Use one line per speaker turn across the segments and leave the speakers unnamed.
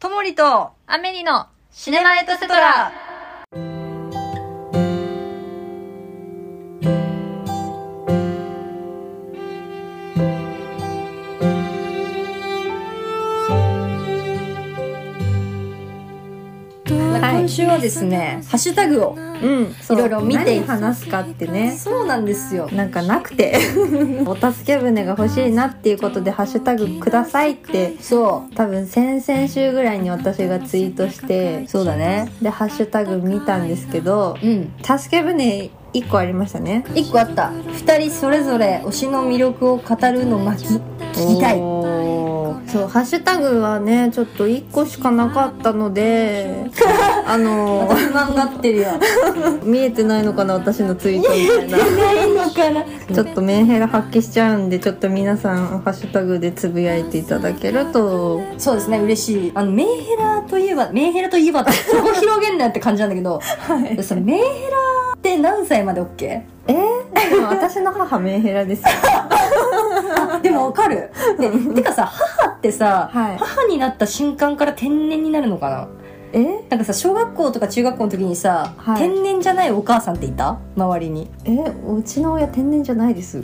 ともりと、
アメリの
シネマエトセトラ。
今週はですね、ハッシュタグを
うん
いろいろ見てい
何話すかってね
そうなんですよ
なんかなくて お助け舟が欲しいなっていうことで「ハッシュタグください」って
そ
多分先々週ぐらいに私がツイートして
うそうだね
でハッシュタグ見たんですけど
うん
助け舟1個ありましたね
一個あった二人それぞれ推しの魅力を語るの巻聞きたい
おーそうハッシュタグはねちょっと1個しかなかったの であの
不安がってるよ
見えてないのかな私のツイートみたいな
ないのかな
ちょっとメンヘラ発揮しちゃうんでちょっと皆さんハッシュタグでつぶやいていただけると
そうですね嬉しいあのメンヘラといえばメンヘラといえ ばってそこ広げんなよって感じなんだけど、それメンヘラって何歳まで OK?
えー、でも私の母メンヘラですよ
でもわかるでてかさ母ってさ、
はい
母になった瞬間から天然になるのかな
え
なんかさ小学校とか中学校の時にさ、
はい
天然じゃないお母さんっていた周りに
えうちの親天然じゃないです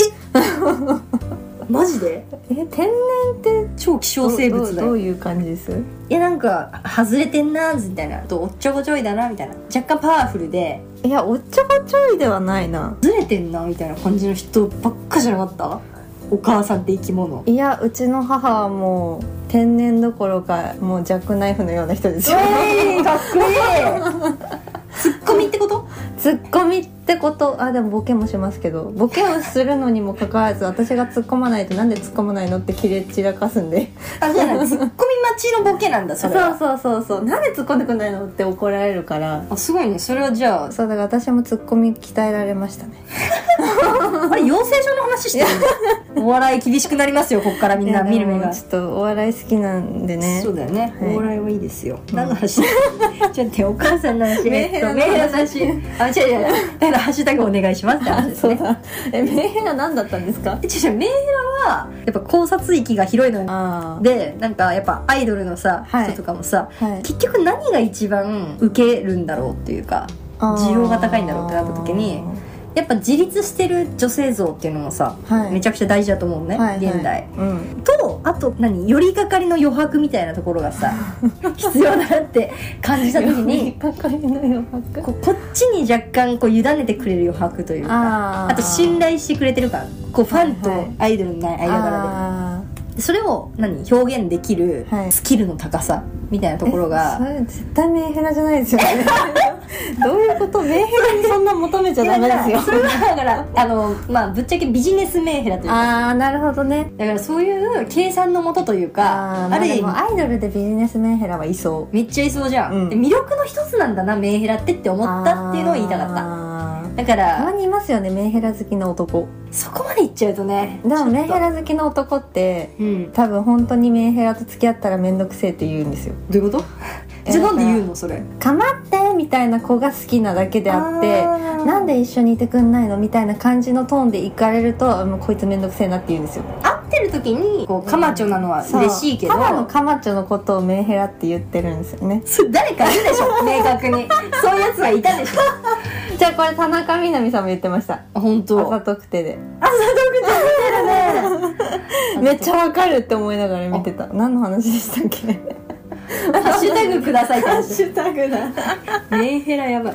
マジで
え天然って
超希少生物だ
どうど
よ
ういう感じです
いやなんか外れてんなみたいなあとおっちょこちょいだなみたいな若干パワフルで
いやおっちょこちょいではないな
ずれてんなみたいな感じの人ばっかじゃなかったお母さんって生き物
いやうちの母はもう天然どころかもうジャックナイフのような人ですよ
えー、かっこいいツッコミってこと
ツッコミってことあでもボケもしますけどボケをするのにもかかわらず私が突っ込まないとなんで突っ込まないのってキレ散らかすんで
あじゃないツッコミ待ちのボケなんだそ
そう
れは
そうそうそうなんで突っ込んでくんないのって怒られるから
あすごいねそれはじゃ
そうだから私も突っ込み鍛えられましたね
ああれ養成所の話してるのお笑い厳しくなりますよこっからみん
いや
な見る目
で
が
もちょっとお笑い好きなんでね
そうだよね、
はい
お笑いはいいですよ、何の話 ちょっと待ってお母さんの 話
メンヘラの話
えっとメンヘラの話あ違う違う違うだからハッシュタグお願いしますって話 です
そう
ね
だえメンヘラ何だったんですか
え違う違うメンヘラはやっぱ考察域が広いのよ
あ
でなんかやっぱアイドルのさ、
はい
人とかもさ
あはい
結局何が一番受けるんだろうっていうか需要が高いんだろうってなった時にやっぱ自立してる女性像っていうのもさ、
はい
めちゃくちゃ大事だと思うのね、
はいはい
現代
うん
とあと何寄りかかりの余白みたいなところ がさ必要だなって感じた時に
かかりの余白
こうこっちに若干こう委ねてくれる余白というか
あ
あと信頼してくれてるからこうファン
はいは
と
い
アイドルの間柄
あー
でそれを何表現できる
はい
スキルの高さみたいなところ
そ
が。
れ絶対メンヘラじゃないですよ ねどういうことメンヘラにそんな求めちゃダメ
いや
です
そ
よ
れ はだからあのまあぶっちゃけビジネスメンヘラというか
ああなるほどね
だからそういう計算のもとというか
あ
あ,、
あ
る
で
意
も
味
アイドルでビジネスメンヘラはいそ
めっちゃいそうじゃん、
うん
で魅力の一つなんだなメンヘラってって
う
思ったっていうのを言いたかった
かっ
だか
たたま
ら
にいますよねメンヘラ好きの男
そこまでいっちゃうとね
でもメンヘ
ちょっ
ラ好きの男って
とうん
多分本当にメンヘラと付き合ったら面倒くせえって言うんですよ
どういうことじゃあなんで言うのそれ
「かまって!」みたいな子が好きなだけであって
ー
なんで一緒にいてくんないのみたいな感じのトーンで行かれるともうこいつ面倒くせえなって言うんですよ
会ってる時にこうカマチョなのは嬉しいけど
そうただのカマチョのことをメンヘラって言ってるんですよね
それ誰かいるで しょ明確にそういうやつはいたでしょ
じゃあこれ田中みな実さんも言ってました
あ本当
朝特定で
だね
めっちゃわかるって思いながら見てた何の話でしたっけ
ハッシュタグくださいって話
ュタグだ
メンヘラやばい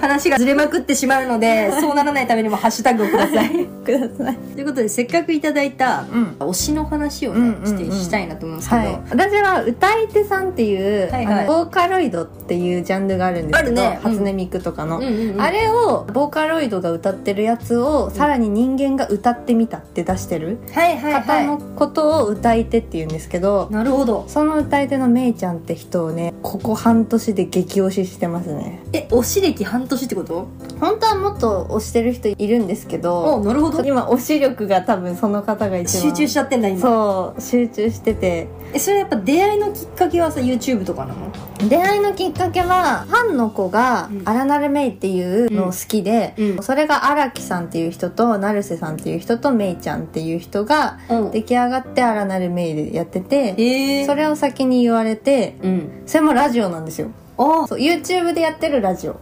話がずれまくってしまうのでそうならないためにもハッシュタグをください
ください
ということでせっかくいただいた
うん
推しの話をね、
うんうんうん
してしたいなと思うんですけど、
はい、私は歌い手さんっていう、
はいはい
あのボーカロイドっていうジャンルがあるんですけど、
あるねうん
初音ミクとかの、
うんうんうん
あれをボーカロイドが歌ってるやつをさらに人間が歌ってみたって出してる
はいはいはい
方のことを歌い手っていうんですけど、
なるほど
その歌い手のめいちゃんって人をねここ半年で激推ししてますね
え推し歴半年ってこと
本当はもっと推してる人いるんですけ
お
ど
なるほど
今推し力が多分その方が一番
集中しちゃってんだ今
そう集中してて
えそれやっぱ出会いのきっかけはさ YouTube とかなの
出会いのきっかけはファンの子が
うん
アラナルメイっていうのを好きで、
うん
それが荒木さんっていう人と成瀬さんっていう人とメイちゃんっていう人が
うん
出来上がってアラナルメイでやってて
えー、
それを先に言われて
うん
それもラジオなんですよ
お
そう YouTube でやってるラジオ
あ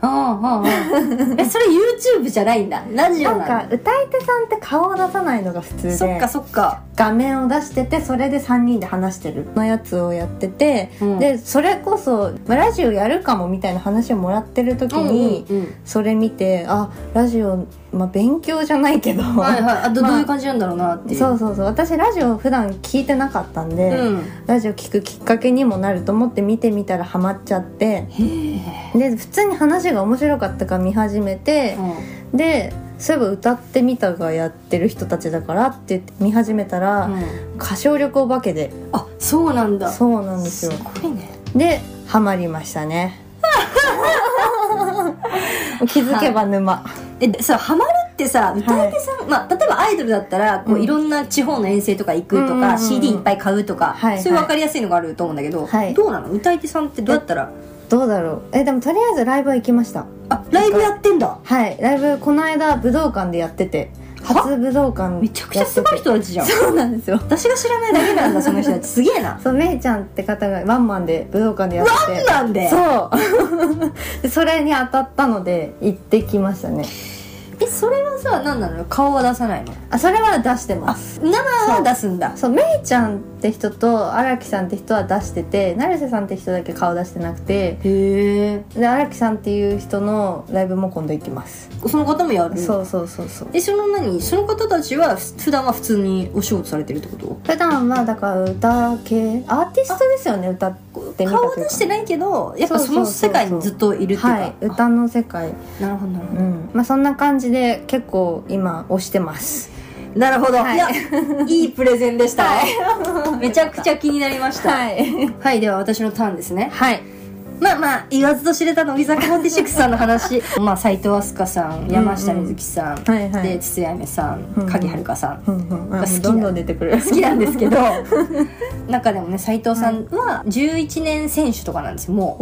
あああ えそれ YouTube じゃないんだラジオ
なん
な
か
んだ
歌い手さんって顔を出さないのが普通で
そっかそっか
画面を出しててそれで3人で話してるのやつをやってて、
うん
でそれこそまあラジオやるかもみたいな話をもらってる時に、
うんうん
それ見てあラジオ、まあ、勉強じゃないけど、
うんはいはいあど,、
まあ
どういう感じなんだろうなってい う
そうそうそう私ラジオ普段聞いてなかったんで、
うん
ラジオ聞くきっかけにもなると思って見てみたらハマっちゃって
へ
で普通に話が面白かったから見始めて
え、、うん
でそういえば歌ってみたがやってる人たちだからって言って見始めたら、
うん
歌唱力お化けで
あそうなんだ
そうなんですよ
ごいね
でハマりました ね気づけば沼、
えでさハマるってさ歌い手さん、まあ、例えばアイドルだったらこう、
うん
いろんな地方の遠征とか行くとか、
うんうんうんうん
CD いっぱい買うとか、
はいはい
そういう分かりやすいのがあると思うんだけど、
はい
どうなの歌い手さんってどうやったら
どうだろうえでもとりあえずライブは行きました
あライブやってんだ
はいライブこの間武道館でやってて初武道館
めちゃくちゃすごい人たちじゃん
そうなんですよ
私が知らないだけなんだその人たち すげえな
そうめいちゃんって方がワンマンで武道館でやってて
なんで
そう でそれに当たったので行ってきましたね
えそれはさ何なの顔は出さないの
あそれは出してます
生は出すんだ
そうめいちゃんって人と荒木さんって人は出してて成瀬さんって人だけ顔出してなくて
へえ
で荒木さんっていう人のライブも今度行きます、
その方もやる
そうそうそうそう
えその何その方たちはふ普段は普通にお仕事されてるってこと
普段はだから歌系アーティストですよね歌ってみたという
顔
か
は出してないけどやっぱ
そう
そ
そう
の世界にずっといるっていうか
はい歌の世界
あなるほどなるほ
う
ど
んまあそんな感じで結構今推してます
なるほど、、
はい い
やいいプレゼンでした、めちゃくちゃ気になりましたはい、
い
では私のターンですね
はい
まあまあ言わずと知れたの乃木坂46さんの 話まあ斎藤飛鳥さん山下美月さん、
はいはい
で筒谷さん
うん
影遥さん、
うんうんあ
好きな
どんどん出てくる
好きなんですけ ど中でもね斎藤さんは11年選手とかなんですよも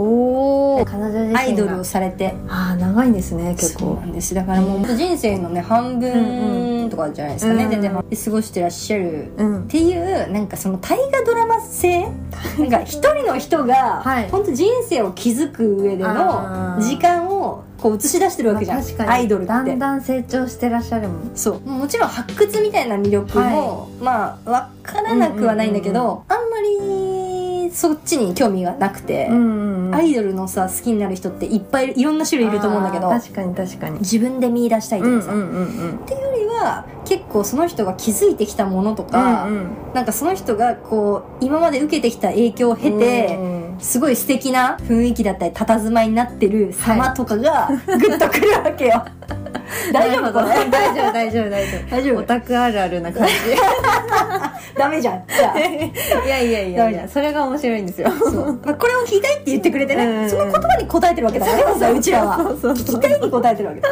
おお彼女自身
う
が
アイドルをされて
ああ長いんですね結
そう
構
なんですだからもう人生のね半分とかじゃないですかね、
うん
全然半分で過ごしてらっしゃる
うん
っていうなんかその大河ドラマ性なんか一人の人が
はい
本当人生を築く上で
あー
の時間をこう映し出してるわけじゃ
まあ確か
ん
に
アイドルって
だんだん成長してらっしゃるもん
そうもちろん発掘みたいな魅力も、まあ分からなくはないんだけど、あんまりそっちに興味がなくて、
ん
アイドルのさ好きになる人っていっぱいいるいろんな種類いると思うんだけど
あー確かに確かに
自分で見出したいとかさ、っ
んうん
ていうよりは結構その人が気づいてきたものとか、
うんうん
なんかその人がこう今まで受けてきた影響を経て、
うん
すごい素敵な雰囲気だったり佇まいになってる様とかがグッとくるわけよ、 大丈夫これ
大丈夫大丈夫大丈
大丈
夫オ
夫
タクあるあるな感 じ
ダメじゃんじゃあ
いやいやい
ダ
やい
メじゃん
やそれが面白いんですよ
そうまあ、これを聞きたいって言ってくれてね、
うんうん
その言葉に答えてるわけだからねそううちらは
そうそう
聞きたいに答えてるわけだ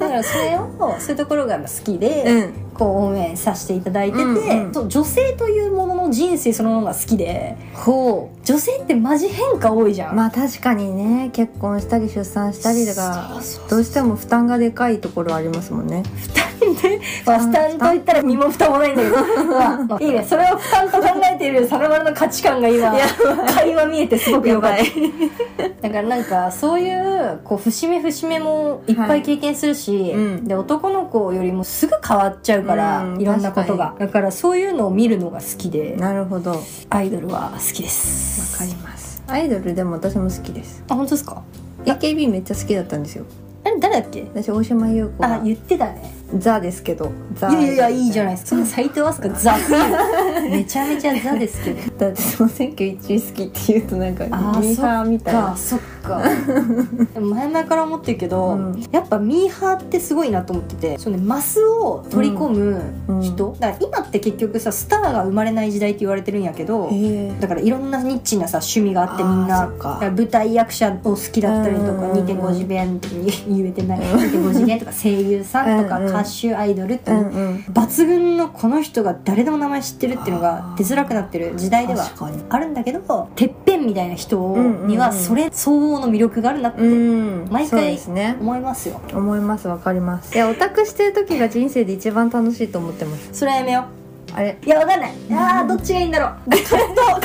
だからそれをそういうところが好きで、
うん
こう応援させていただいてて、
うんうん
そう女性というものの人生そのものが好きでほう女性ってマジ変化多いじゃん、
まあ確かにね結婚したり出産したり
そ
が
うそう
どうしても負担がでかいところありますもんね
で、まあ、負担といったら身も蓋もないんだ けど、まあまあいいねそれを負担と考えているサラマルの価値観が今会話見えてすごくよかっただからなんかそういうこう節目節目もいっぱい経験するし、
うん
で男の子よりもすぐ変わっちゃうから、
うん
いろんなことが
確
だからそういうのを見るのが好きで
なるほどわ
アイドルは好きです
かりますアイドルでも私も好きです
あ本当ですか
AKB めっちゃ好きだったんですよ
あれ誰だっけ
私大島優子
あ
が
言ってたね
ザですけどザ
いやいやいやいいじゃないですかその斎藤飛鳥 ザめちゃめちゃザですけど
だってその選挙一位好きっていうとなんかミ
あー
ーハーみたいな
そっかそっかでも前々から思ってるけど、
うん
やっぱミーハーってすごいなと思っててそう、ね、マスを取り込む人、だから今って結局さスターが生まれない時代って言われてるんやけど
へえ
だからいろんなニッチなさ趣味があってみんな
あーそっか
だから舞台役者を好きだったりとか
うん
2.5次元言えてない2.5次元とか声優さんとか
うんうん
歌手アイドルって
うんうん
抜群のこの人が誰でも名前知ってるっていうのが出づらくなってる時代では
確かに
あるんだけどてっぺんンみたいな人
うんうんうん
にはそれ相応の魅力があるなって
うん
毎回
そうですね
思いますよ
思いますわかりますいやオタクしてる時が人生で一番楽しいと思ってます
それはやめよ
あれ
ういやわかんないあーどっちがいいんだろう葛藤葛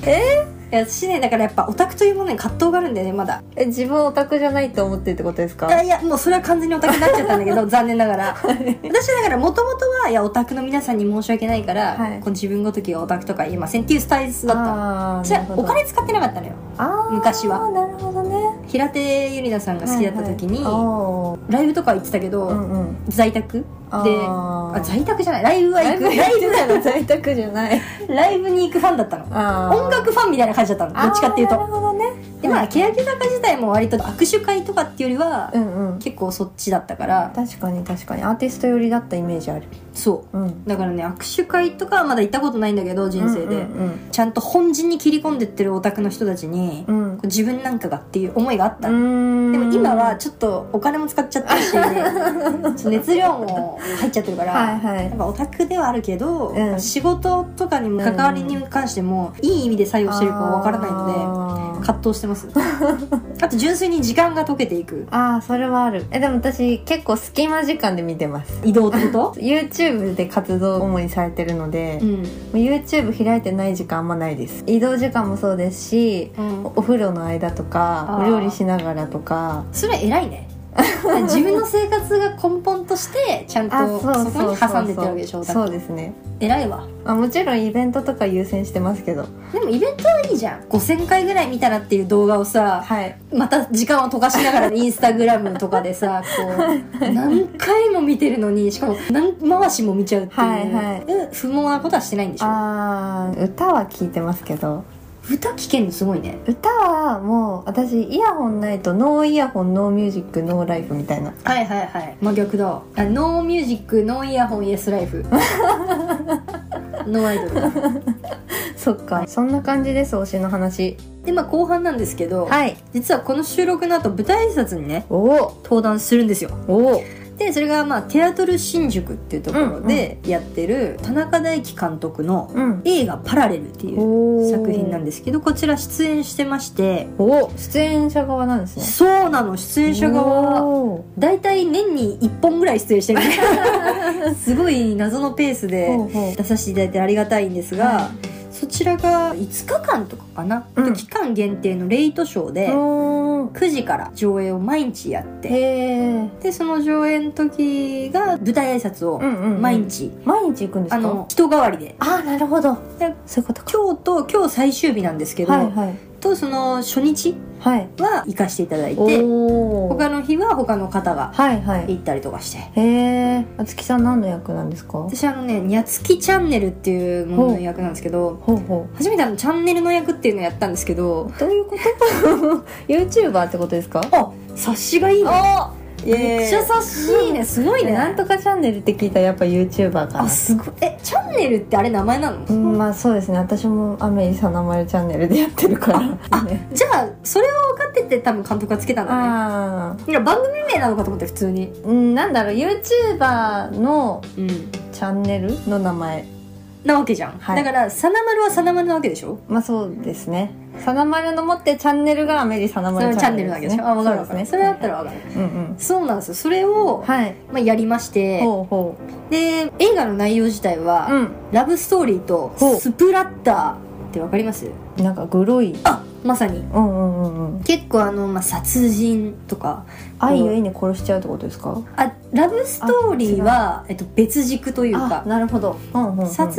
藤
え
いや私ねだからやっぱオタクというものに葛藤があるんだよねまだ
え自分オタクじゃないと思ってるってことですか
あいやもうそれは完全にオタクになっちゃったんだ けど残念ながら私だからもともとはいやオタクの皆さんに申し訳ないから、
はい
この自分ごときがオタクとか言えませんっていうスタイルだった
あー
じ
な
ゃ
るほど
お金使ってなかったのよ
あー
昔は
なるほどね
平手友梨奈さんが好きだった時に、
はいはいおー
ライブとか行ってたけど、
うんうん
在宅で
あ
あ
ー
在宅じゃないライブは
ラ
行
イ
く
ブ
ライブ
なら在宅じゃない
ライブに行くファンだったの
あー
音楽ファンみたいな感じだったのどっちかっていう
あーな
と
るほどね
でまあ欅坂自体も割と握手会とかっていうよりは、
うんうん
結構そっちだったから
確かに確かにアーティスト寄りだったイメージある
そう
うん
だからね握手会とかはまだ行ったことないんだけど人生で、
うんうん
ちゃんと本陣に切り込んでってるオタクの人たちに、
う
こ
ん
う自分なんかがっていう思いがあった、
うん
でも今はちょっとお金も使っちゃ ってるし、ちょっと熱量も入っちゃってるから
はいは
やっ
い
ぱオタクではあるけど、
うん
仕事とかにも関わりに関しても、いい意味で作用してるかわからないので
の
葛藤してます あと純粋に時間が溶けていく
ああそれはあるえでも私結構隙間時間で見てます
移動って こと
YouTube で活動を主にされてるので
う、ん、
もう YouTube 開いてない時間あんまないです移動時間もそうですし
うん、
お風呂の間とか
あー
お料理しながらとか
それ偉い ね自分の生活が根本としてちゃんとそこに挟んでってるわけでしょだから
そうですね
偉いわ
あもちろんイベントとか優先してますけど
でもイベントはいいじゃん5000回ぐらい見たらっていう動画をさ
はい
また時間を溶かしながら インスタグラムとかでさこう何回も見てるのにしかも何回しも見ちゃうっていう、
はいはい
うん不毛なことはしてないんでしょ
あー歌は聴いてますけど
歌聞けんのすごいね
歌はもう私イヤホンないとノーイヤホンノーミュージックノーライフみたいな
はいはいはい真逆だあノーミュージックノーイヤホンイエスライフ ノーアイドルだ
そっかそんな感じです推しの話
でまあ後半なんですけど、
はい
実はこの収録の後舞台挨拶にね
おお
登壇するんですよ
おお
でそれがまあテアトル新宿っていうところでやってる田中大輝監督の
うん
映画「パラレル」っていう
お
作品なん
で
ですけどこちら出演してまして
おー出演者側なんですね
そうなの出演者側
お
大体年に1本ぐらい出演してるすごい謎のペース
ー
で
ほうほう
出させていただいてありがたいんですが、
は
そちらが5日間とかかな、
うん
期間限定のレイトショーで
おー
9時から上映を毎日やって
へえ
でその上演の時が舞台挨拶を
うんうんうん
毎日、
毎日行くんですか
あの人代わりで
あーなるほど
で
そういうことか
今日と今日最終日なんですけど、
はいはい
とその初日
はい
は行かせていただいて
おお
他の日は他の方が
はいはい
行ったりとかして
へえあつきさん何の役なんですか
私あのね「にゃつきチャンネル」っていうものの役なんですけど
ほうほ
初めてあのチャンネルの役っていうのをやったんですけ ど
うどういうこと YouTuber ってことですか
あ察しがいいね
お
めっちゃ察しいねすごいね
なんとかチャンネルって聞いたらやっぱ YouTuber かな
あすごいえチャンネルってあれ名前なの、
うんまあそうですね私もアメリサナマルチャンネルでやってるからあ、ね、
じゃあそれを分かってて多分監督がつけたんだね
あ
いや番組名なのかと思って普通に、
ーうんなんだろう YouTuber の
うん、
チャンネルの名前
なわけじゃん、
はい
だからサナマルはサナマルなわけでしょ
まあそうですねサナマルの持ってるチャンネルがアメリサナ
そ
マ
れは
ル
チャンネルなわけでしょ、あ分かる
そう
分
で
か
すね
るそれだったら分かる、
うんうん
そうなんですよそれを、
はい
まあ、やりまして
ほうほ
で映画の内容自体は、
うう
ラブストーリーと
ほう
スプラッターって分かります
んなんかグロい
あまさに
うんうんうんうん
結構あの、まあ、殺人とか
愛ゆえに殺しちゃうってことですか
あラブストーリーは、えっと、別軸という
あ
か
なるほどうんうんうん
殺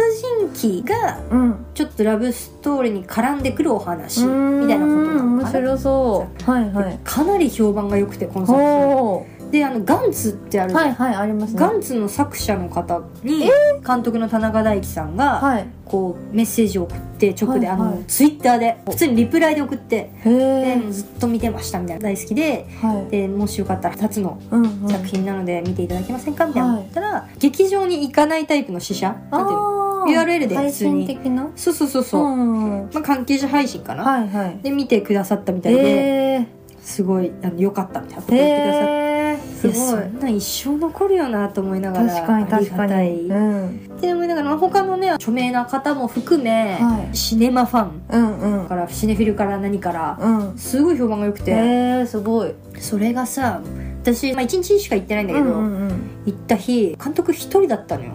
人鬼が
うん
ちょっとラブストーリーに絡んでくるお話
うーん
みたいなことなの
面
かな
白そうはいはい
かなり評判が良くてこの作品
おお
であのガンツってあるじゃん、
はいはいありますね
ガンツの作者の方に監督の田中大輝さんが、
はい
こうメッセージを送って直で、
はいはい
あのツイッターで普通にリプライで送って、
へえ
でずっと見てましたみたいな大好きで
はい
でもしよかったら2つの
うんうん
作品なので見ていただけませんかみたいな
はい
思ったら、劇場に行かないタイプの死者
あ
なんていうの
ー
URL で
配
普通に
信的な
そうそうそうそう、
んん
まあ、関係者配信かな、
はいはい
で見てくださったみたいで、
え
すごいあの良かったみたいなこと
ー、
言ってくださって、
えーす
いやそ
ごい
んなん一生残るよなと思いながら
確かに確か
あ
に
り
う
がたい
ん
って思いながら、まあ、他のね著名な方も含め、
はい
シネマファン
うんう
だ
ん
からシネフィルから何から、
うん
すごい評判が良くて、
へえすごい
それがさ私、まあ、1日しか行ってないんだけど、
うんうんうん
行った日監督一人だったのよ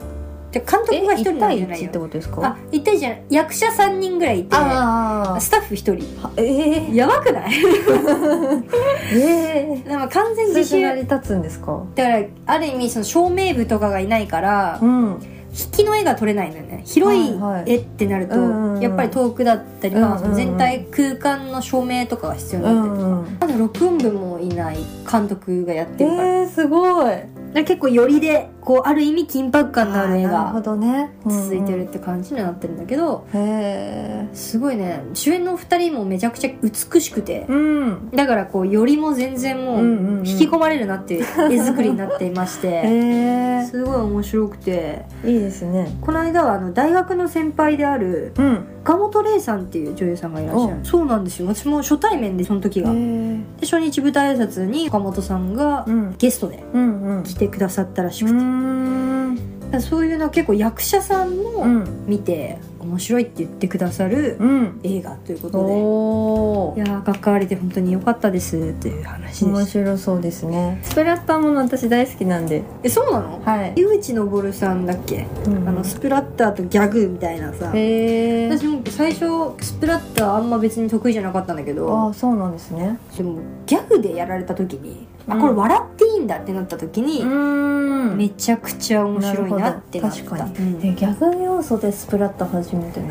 で監督が一
え
人
一
なんじ
対
ゃない
一って
よ
ことです
あ
か
一対一じゃない役者3人ぐらいいて
あ
スタッフ一人
あええ
やばくない
え
でも完全
え
自
それで成り
習
立つんですか
だからある意味その照明部とかがいないから
うん
引きの絵が撮れないのよね広い
はいはい
絵ってなると
うんうん
やっぱり遠くだったり、まあ
うんうんうん
全体空間の照明とかが必要に
う
なってる、
んうん
まだ録音部もいない監督がやって
え
るから,、
えすごい
結構よりでこうある意味緊迫感のある絵
なるほ
が
どね
続いてるって感じになってるんだけど、
うんうんへえ
すごいね主演の2人もめちゃくちゃ美しくて、
うん
だからこうよりも全然も
うんうんう
うん引き込まれるなっていう絵作りになってい まして
へ
すごい面白くて
えいいですね
この間はあの大学の先輩である
うん
岡本玲さんっていう女優さんがいらっしゃる
お
そうなんですよ私も初対面でその時
へ
がで
え
初日舞台挨拶に岡本さんが
うん
ゲストで
うんうん
来てくださったらし
う
くて、だ
ん
からそういうの結構役者さん
う
も
ん
見て面白いって言ってくださる
うん
映画ということで。
お
い
ー
やー関われて本当に良かったですっていう話で
面
す
白そうですねスプラッターもの私大好きなんで
えそうなの
はい
井口昇さんだっけ、
うん
あのスプラッターとギャグみたいなさ
へえ
私も最初スプラッターあんま別に得意じゃなかったんだけ
あ
ど
あそうなんですね
でもギャグでやられた時に、
う
あ
ん
これ笑っていいんだってなった時に、
ん
めちゃくちゃ面白いなってなった
るほど確か
うん
に、えギャグ要素でスプラッタ初めてないかも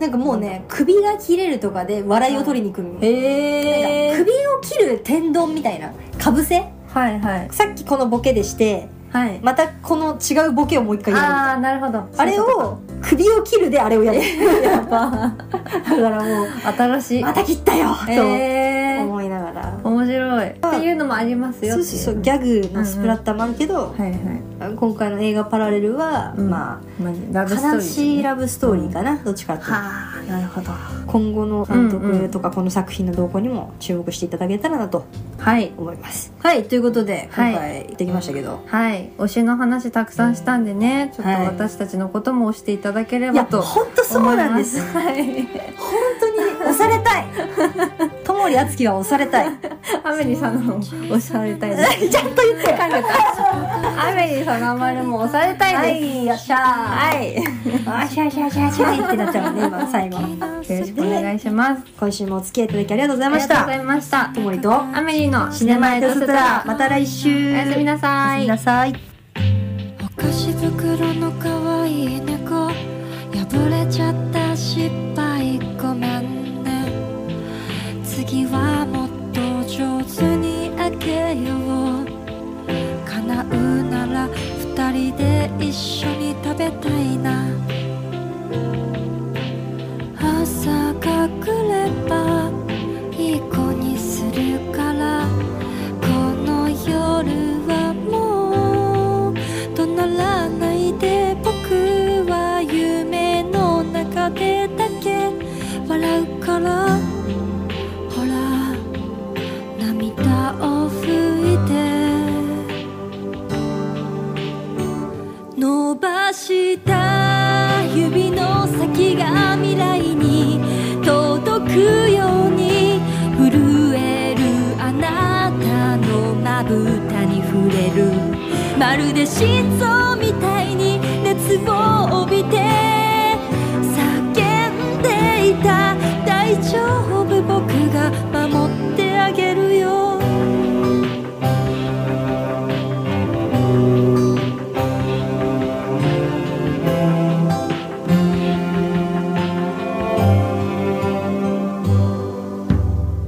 なんかもうね首が切れるとかで笑いを取りに来るの、
へ
なんか首を切る天丼みたいなかぶせ
はいはい
さっきこのボケでして
はい
またこの違うボケをもう一回やるみたいな
ああなるほど
あれを首を切るであ れをやる
やっぱ
だからもう
新しい
また切ったよ
へ
と
え
思いながら
面白いっていうのもありますよ
そうそうそうギャグのスプラッターもあるけど、
はいはい
今回の映画「パラレルは」
うん
ま
まあラ
あ
ブストーリー
悲しいラブストーリーかな、どっちかっていうと
はあなるほどは
今後の監督とかこの作品の動向にも注目していただけたらなと
い
思います、はいということで
はい
今回行ってきましたけど、
はい推しの話たくさんしたんでねちょっと
はい
私たちのことも推していただけれ
いや
ばと
本当そうなん です
思いますはい
本当に押されたい 友森敦樹は押されたい
アメリさんのも押されたいです
ちゃんと言って
かけたアメリさんのあまりも押されたいです
はいよっしゃー
はい、よ
あしゃしゃしゃしゃいってなっちゃうね今最後
ろしくお願いします
今週もお付き合いいただきありがとうござい
あ
ま
りが
し
とうござ
た
いました
ともりと
アメリの
シネマエトストラ
お
また来週お
やすみな
おや
さ
すみ
い
なさい
お菓子袋の可愛い猫破れちゃった失敗ごめんね次はもっと上手にあげよう叶うなら二人で一緒に食べたいな朝が来ればいい子にするからこの夜はもう怒鳴らないで僕は夢の中でだけ笑うからほら涙を拭いて伸ばした指の先が未来に届くように震えるあなたのまぶたに触れるまるで心臓みたいに熱を帯びて叫んでいた大丈夫僕が守ってあげるよ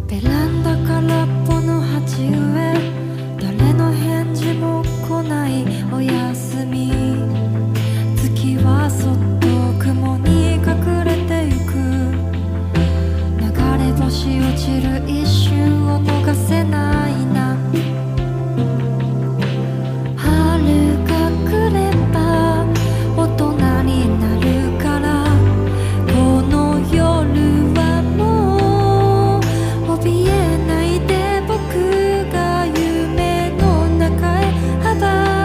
ベランダからっぽの鉢植え誰の返事も来ないおやすみ月はそっと雲に隠れてゆく流れ星落ちる一瞬を逃せないな春が来れば大人になるからこの夜はもう怯えないで僕が夢の中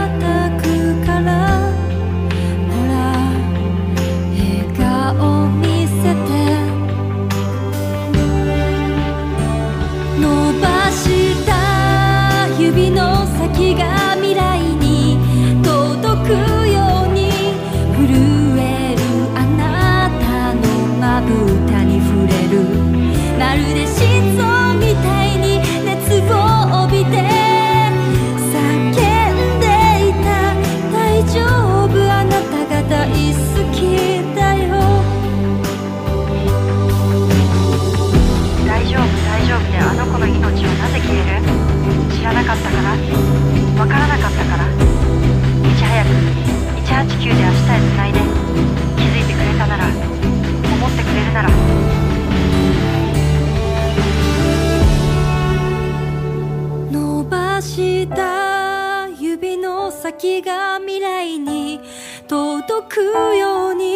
先が未来に届くように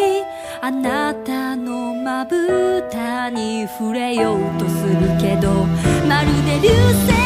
あなたのまぶたに触れようとするけどまるで流星